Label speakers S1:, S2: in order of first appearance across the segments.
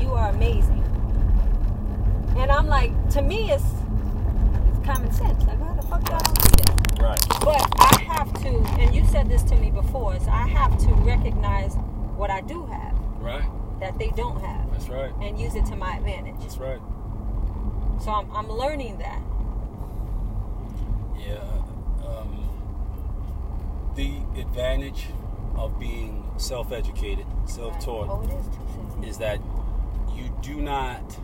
S1: you are amazing. And I'm like, to me, it's, it's common sense. Like, why the fuck y'all don't see this?
S2: Right.
S1: But I have to, and you said this to me before, is I have to recognize what I do have
S2: Right.
S1: that they don't have
S2: That's right.
S1: and use it to my advantage.
S2: That's right.
S1: So I'm, I'm learning that.
S2: Yeah. Um, the advantage of being self-educated, self-taught,
S1: Oh, it is two cents.
S2: is that you do not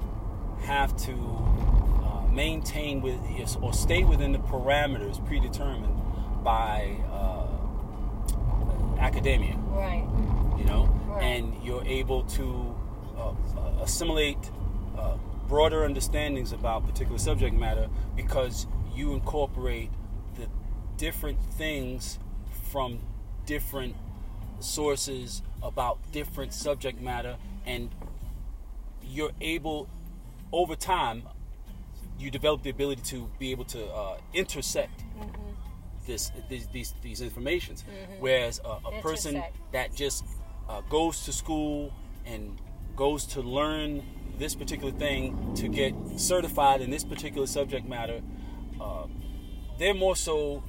S2: have to uh, maintain with yes, or stay within the parameters predetermined by uh, academia,
S1: Right.
S2: you know,
S1: Right.
S2: and you're able to uh, assimilate uh, broader understandings about particular subject matter because you incorporate the different things from different sources about different subject matter and you're able over time you develop the ability to be able to uh, intersect this these these, these informations whereas a, a person
S1: Intersect.
S2: that just uh, goes to school and goes to learn this particular thing to get certified in this particular subject matter uh, they're more so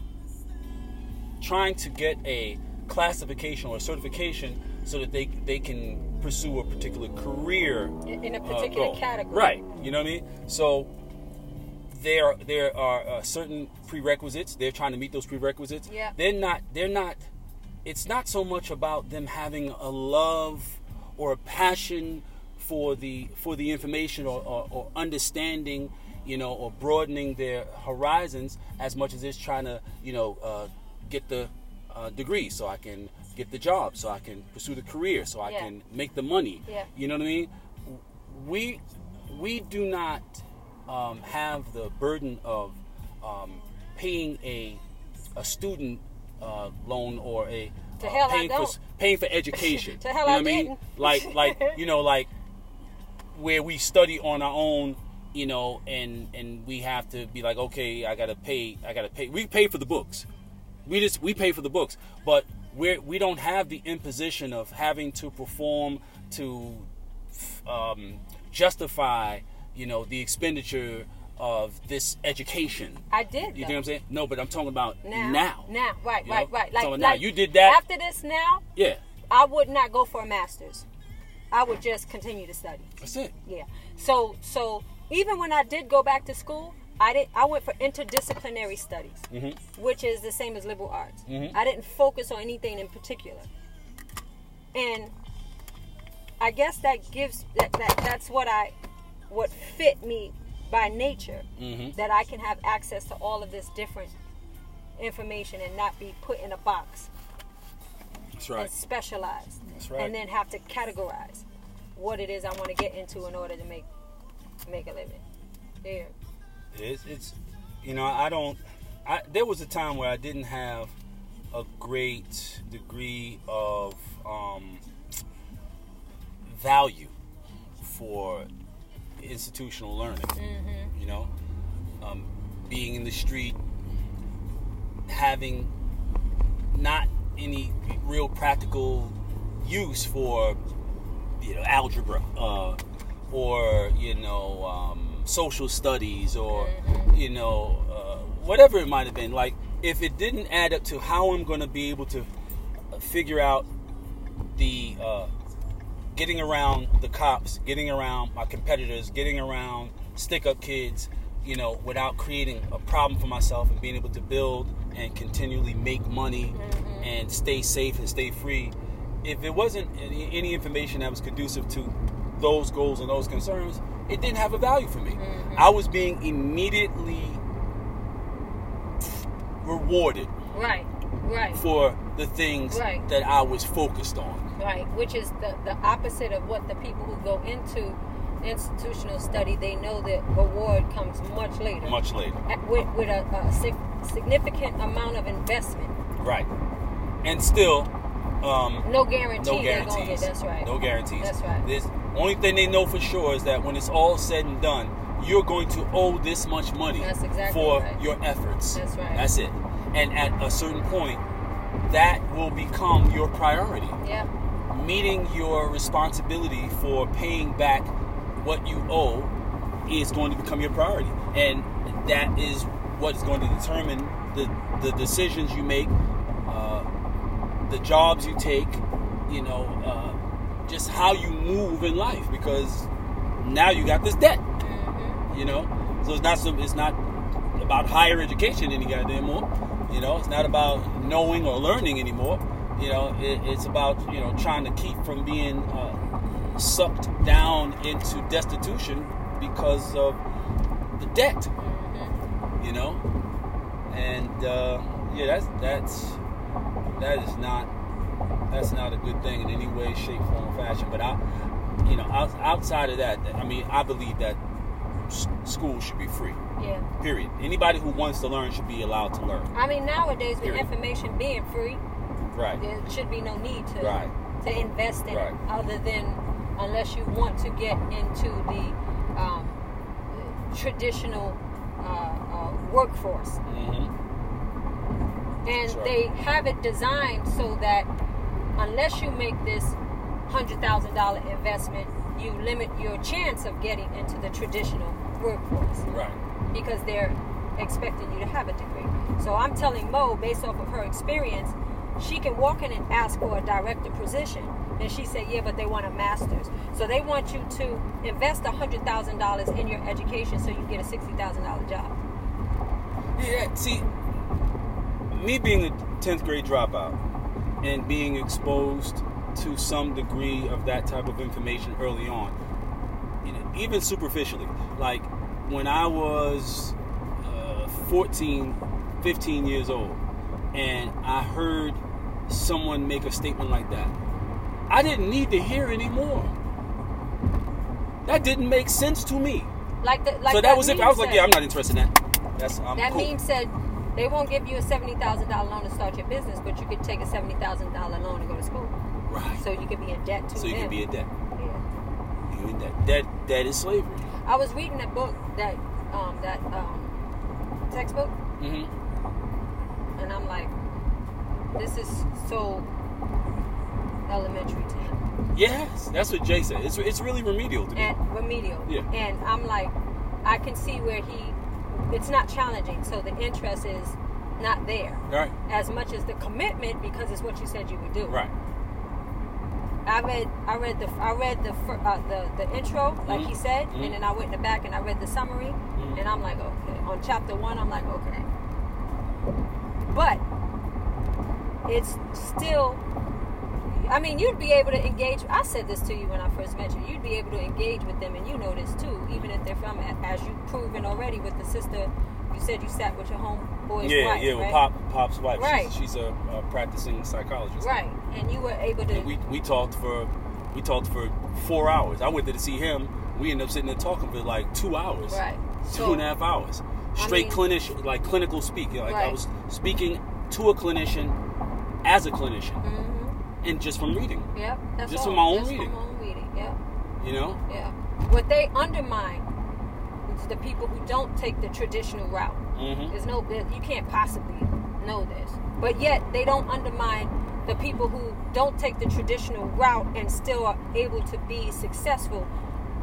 S2: trying to get a classification or a certification so that they they can pursue a particular career
S1: In in a
S2: uh,
S1: particular
S2: goal.
S1: category.
S2: Right. You know what I mean? So there there are uh, certain prerequisites. They're trying to meet those prerequisites.
S1: Yeah.
S2: They're not they're not it's not so much about them having a love or a passion for the for the information or, or, or understanding, you know, or broadening their horizons as much as it's trying to, you know, uh, get the uh, degree so I can get the job, so I can pursue the career, so I
S1: Yeah.
S2: can make the money.
S1: Yeah.
S2: You know what I mean? We we do not um, have the burden of um, paying a a student uh, loan or a
S1: To
S2: uh,
S1: hell I
S2: paying for
S1: don't.
S2: s- paying for education.
S1: To hell
S2: you know
S1: I
S2: what I mean?
S1: didn't.
S2: Like like you know like where we study on our own. You know, and and we have to be like, okay, I gotta pay, I gotta pay. We pay for the books. We just we pay for the books, but we we don't have the imposition of having to perform to um, justify, you know, the expenditure of this education.
S1: I did.
S2: You
S1: though.
S2: know what I'm saying? No, but I'm talking about
S1: now,
S2: now. Now,
S1: now, right,
S2: You know?
S1: right, right. Like,
S2: So
S1: like
S2: now you did that.
S1: After this, now
S2: Yeah,
S1: I would not go for a master's. I would just continue to study.
S2: that's it.
S1: Yeah. So, so even when I did go back to school, I did. I went for interdisciplinary studies, which is the same as liberal arts. I didn't focus on anything in particular, and I guess that gives that, that that's what I what fit me by nature that I can have access to all of this different information and not be put in a box
S2: That's
S1: and specialize
S2: That's right.
S1: and then have to categorize what it is I want to get into in order to make make a living. Yeah.
S2: It's, it's you know, I don't. I, there was a time where I didn't have a great degree of um, value for institutional learning. You know, um, being in the street, having not any real practical use for you know algebra uh, or you know um, social studies or you know uh, whatever it might have been like if it didn't add up to how i'm going to be able to figure out the uh, getting around the cops getting around my competitors getting around stick up kids you know without creating a problem for myself and being able to build and continually make money and stay safe and stay free if it wasn't any, any information that was conducive to those goals and those concerns it didn't have a value for me i was being immediately rewarded
S1: Right. Right.
S2: for the things
S1: Right.
S2: that i was focused on
S1: Right. Which is the, the opposite of what the people who go into institutional study they know that reward comes much later.
S2: much later
S1: At- with with a, a sig- significant amount of investment.
S2: Right. And still, um,
S1: No guarantee
S2: no
S1: they're gonna get
S2: guarantees.
S1: that's right.
S2: No guarantees.
S1: That's right.
S2: This only thing they know for sure is that when it's all said and done, you're going to owe this much money
S1: That's exactly
S2: for
S1: right.
S2: your efforts.
S1: That's right.
S2: That's it. And at a certain point, that will become your priority.
S1: yeah.
S2: meeting your responsibility for paying back what you owe is going to become your priority. And that is what is going to determine the, the decisions you make, uh, the jobs you take, you know, uh, just how you move in life because now you got this debt, you know? So it's not, some, it's not about higher education any goddamn more. You know, it's not about knowing or learning anymore. You know, it, it's about you know trying to keep from being uh, sucked down into destitution because of the debt.
S1: Mm-hmm.
S2: You know, and uh, yeah, that's that's that is not that's not a good thing in any way, shape, form, or fashion. But I, you know, out, outside of that, I mean, I believe that s- school should be free.
S1: Yeah.
S2: Period. Anybody who wants to learn should be allowed to learn.
S1: I mean, nowadays with
S2: Period.
S1: information being free,
S2: Right.
S1: there should be no need to
S2: Right.
S1: to invest in
S2: Right.
S1: it, other than unless you want to get into the um, traditional uh, uh, workforce.
S2: Mm-hmm.
S1: and
S2: That's right.
S1: they have it designed so that unless you make this hundred thousand dollar investment, you limit your chance of getting into the traditional workforce
S2: Right.
S1: because they're expecting you to have a degree. So I'm telling Mo, based off of her experience, she can walk in and ask for a director position. And she said, yeah, but they want a master's. So they want you to invest $100,000 in your education so you get a $60,000 job.
S2: Yeah. See, me being a tenth grade dropout and being exposed to some degree of that type of information early on, you know, even superficially, like when I was uh, 14, 15 years old, and I heard someone make a statement like that, I didn't need to hear anymore. That didn't make sense to me.
S1: Like the, like
S2: so that, was it.
S1: meme
S2: I was like,
S1: said.
S2: yeah, I'm not interested in that. That's I'm
S1: That
S2: cool.
S1: meme said they won't give you a seventy thousand dollar loan to start your business, but you could take a seventy thousand dollar loan to go to school,
S2: right.
S1: so you could be in debt to
S2: So you
S1: them.
S2: can be in debt.
S1: Yeah.
S2: You can be in debt. That that is slavery.
S1: I was reading a book that um, that um, textbook,
S2: Mm-hmm.
S1: and I'm like, this is so elementary to him.
S2: Yes, that's what Jay said. It's it's really remedial to me.
S1: and remedial.
S2: Yeah.
S1: And I'm like, I can see where he, it's not challenging, so the interest is not there
S2: right.
S1: as much as the commitment because it's what you said you would do.
S2: Right.
S1: I read I read the I read the fir- uh, the the intro like he
S2: Mhm.
S1: said,
S2: Mhm.
S1: and then I went in the back and I read the summary, and I'm like, okay. On chapter one, I'm like, okay. But it's still. I mean, you'd be able to engage. I said this to you when I first met you. You'd be able to engage with them, and you know this too, even if they're from, as you've proven already with the sister. You said you sat with your homeboy's
S2: yeah,
S1: wife,
S2: yeah.
S1: right?
S2: With Pop Pop's wife.
S1: Right.
S2: She's, she's a, a practicing psychologist.
S1: Right, and you were able to.
S2: And we we talked for we talked for four hours. I went there to see him. We ended up sitting there talking for like two hours.
S1: Right.
S2: Two
S1: So-
S2: and a half hours.
S1: I
S2: Straight
S1: mean-
S2: clinician, like clinical speak. Like I
S1: Right.
S2: was speaking to a clinician, as a clinician,
S1: Mhm.
S2: and just from reading.
S1: Yep, that's
S2: Just
S1: all.
S2: from my own
S1: Just
S2: reading.
S1: From my own reading. Yep.
S2: You know.
S1: Yeah. What they undermine is the people who don't take the traditional route.
S2: Mm-hmm.
S1: There's no, there- you can't possibly know this. But yet, they don't undermine the people who don't take the traditional route and still are able to be successful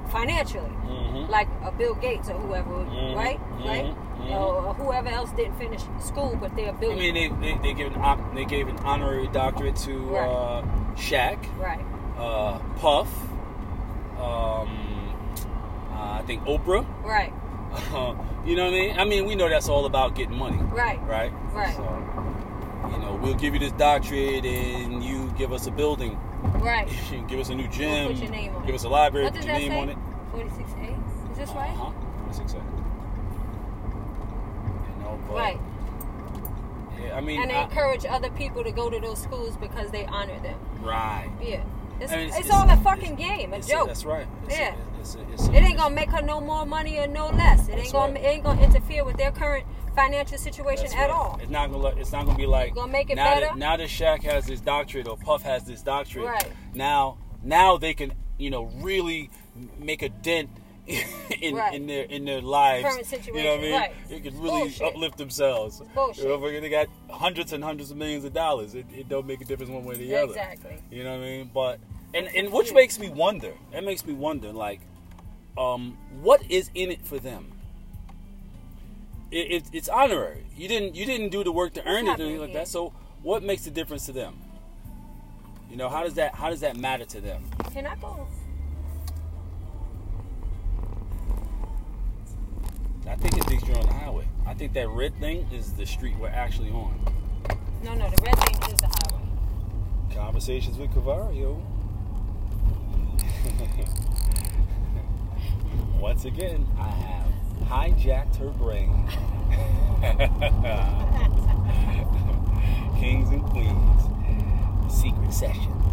S1: financially.
S2: Mm-hmm.
S1: Like a Bill Gates or whoever,
S2: Mhm.
S1: right?
S2: Mhm.
S1: Right?
S2: Mhm.
S1: Or whoever else didn't finish school, but they're
S2: I
S1: building.
S2: mean, they they, they gave an op, they gave an honorary doctorate to
S1: Right.
S2: uh, Shaq,
S1: right.
S2: uh, Puff, um, uh, I think Oprah.
S1: Right.
S2: you know what I mean? I mean, we know that's all about getting money.
S1: Right.
S2: right?
S1: Right.
S2: So, you know, we'll give you this doctorate and you give us a building,
S1: Right.
S2: give us a new gym,
S1: We'll put your name on
S2: give
S1: it.
S2: us a library,
S1: What
S2: put
S1: does
S2: your
S1: that
S2: name on
S1: say?
S2: it.
S1: 46A? Is this right?
S2: Uh-huh. That's exactly. You know, but,
S1: Right.
S2: Yeah, I mean,
S1: and they
S2: I-
S1: encourage other people to go to those schools because they honor them.
S2: right.
S1: Yeah, it's,
S2: I mean,
S1: it's, all a fucking game, a
S2: it's
S1: joke.
S2: that's right. It's a-
S1: Yeah.
S2: it's a- it's a-
S1: it ain't gonna make her no more money or no less. It
S2: That's
S1: ain't gonna
S2: right.
S1: it ain't gonna interfere with their current financial situation
S2: that's
S1: at
S2: right.
S1: all.
S2: It's not gonna. look- It's not gonna be like.
S1: Gonna make it
S2: now That,
S1: better?
S2: now that Shaq has this doctorate or Puff has this doctorate,
S1: Right.
S2: now now they can you know really make a dent in,
S1: Right.
S2: in their in their lives.
S1: Current
S2: You know what I mean?
S1: situation, right.
S2: It could really
S1: Bullshit.
S2: uplift themselves.
S1: Bullshit.
S2: You know, if they got hundreds and hundreds of millions of dollars. It, it don't make a difference one way or the other.
S1: Exactly.
S2: You know what I mean? But and and which
S1: Huge.
S2: makes me wonder. It makes me wonder, like, um, what is in it for them? It, it, it's honorary. You didn't you didn't do the work to earn it or
S1: happening
S2: anything like
S1: here?
S2: that. So what makes the difference to them? You know how does that how does that matter to them?
S1: Can I go?
S2: I think it thinks you're on the highway. I think that red thing is the street we're actually on.
S1: No, no, the red thing is the highway.
S2: Conversations with Cavario. Once again, I have hijacked her brain. Kings and queens, secret session.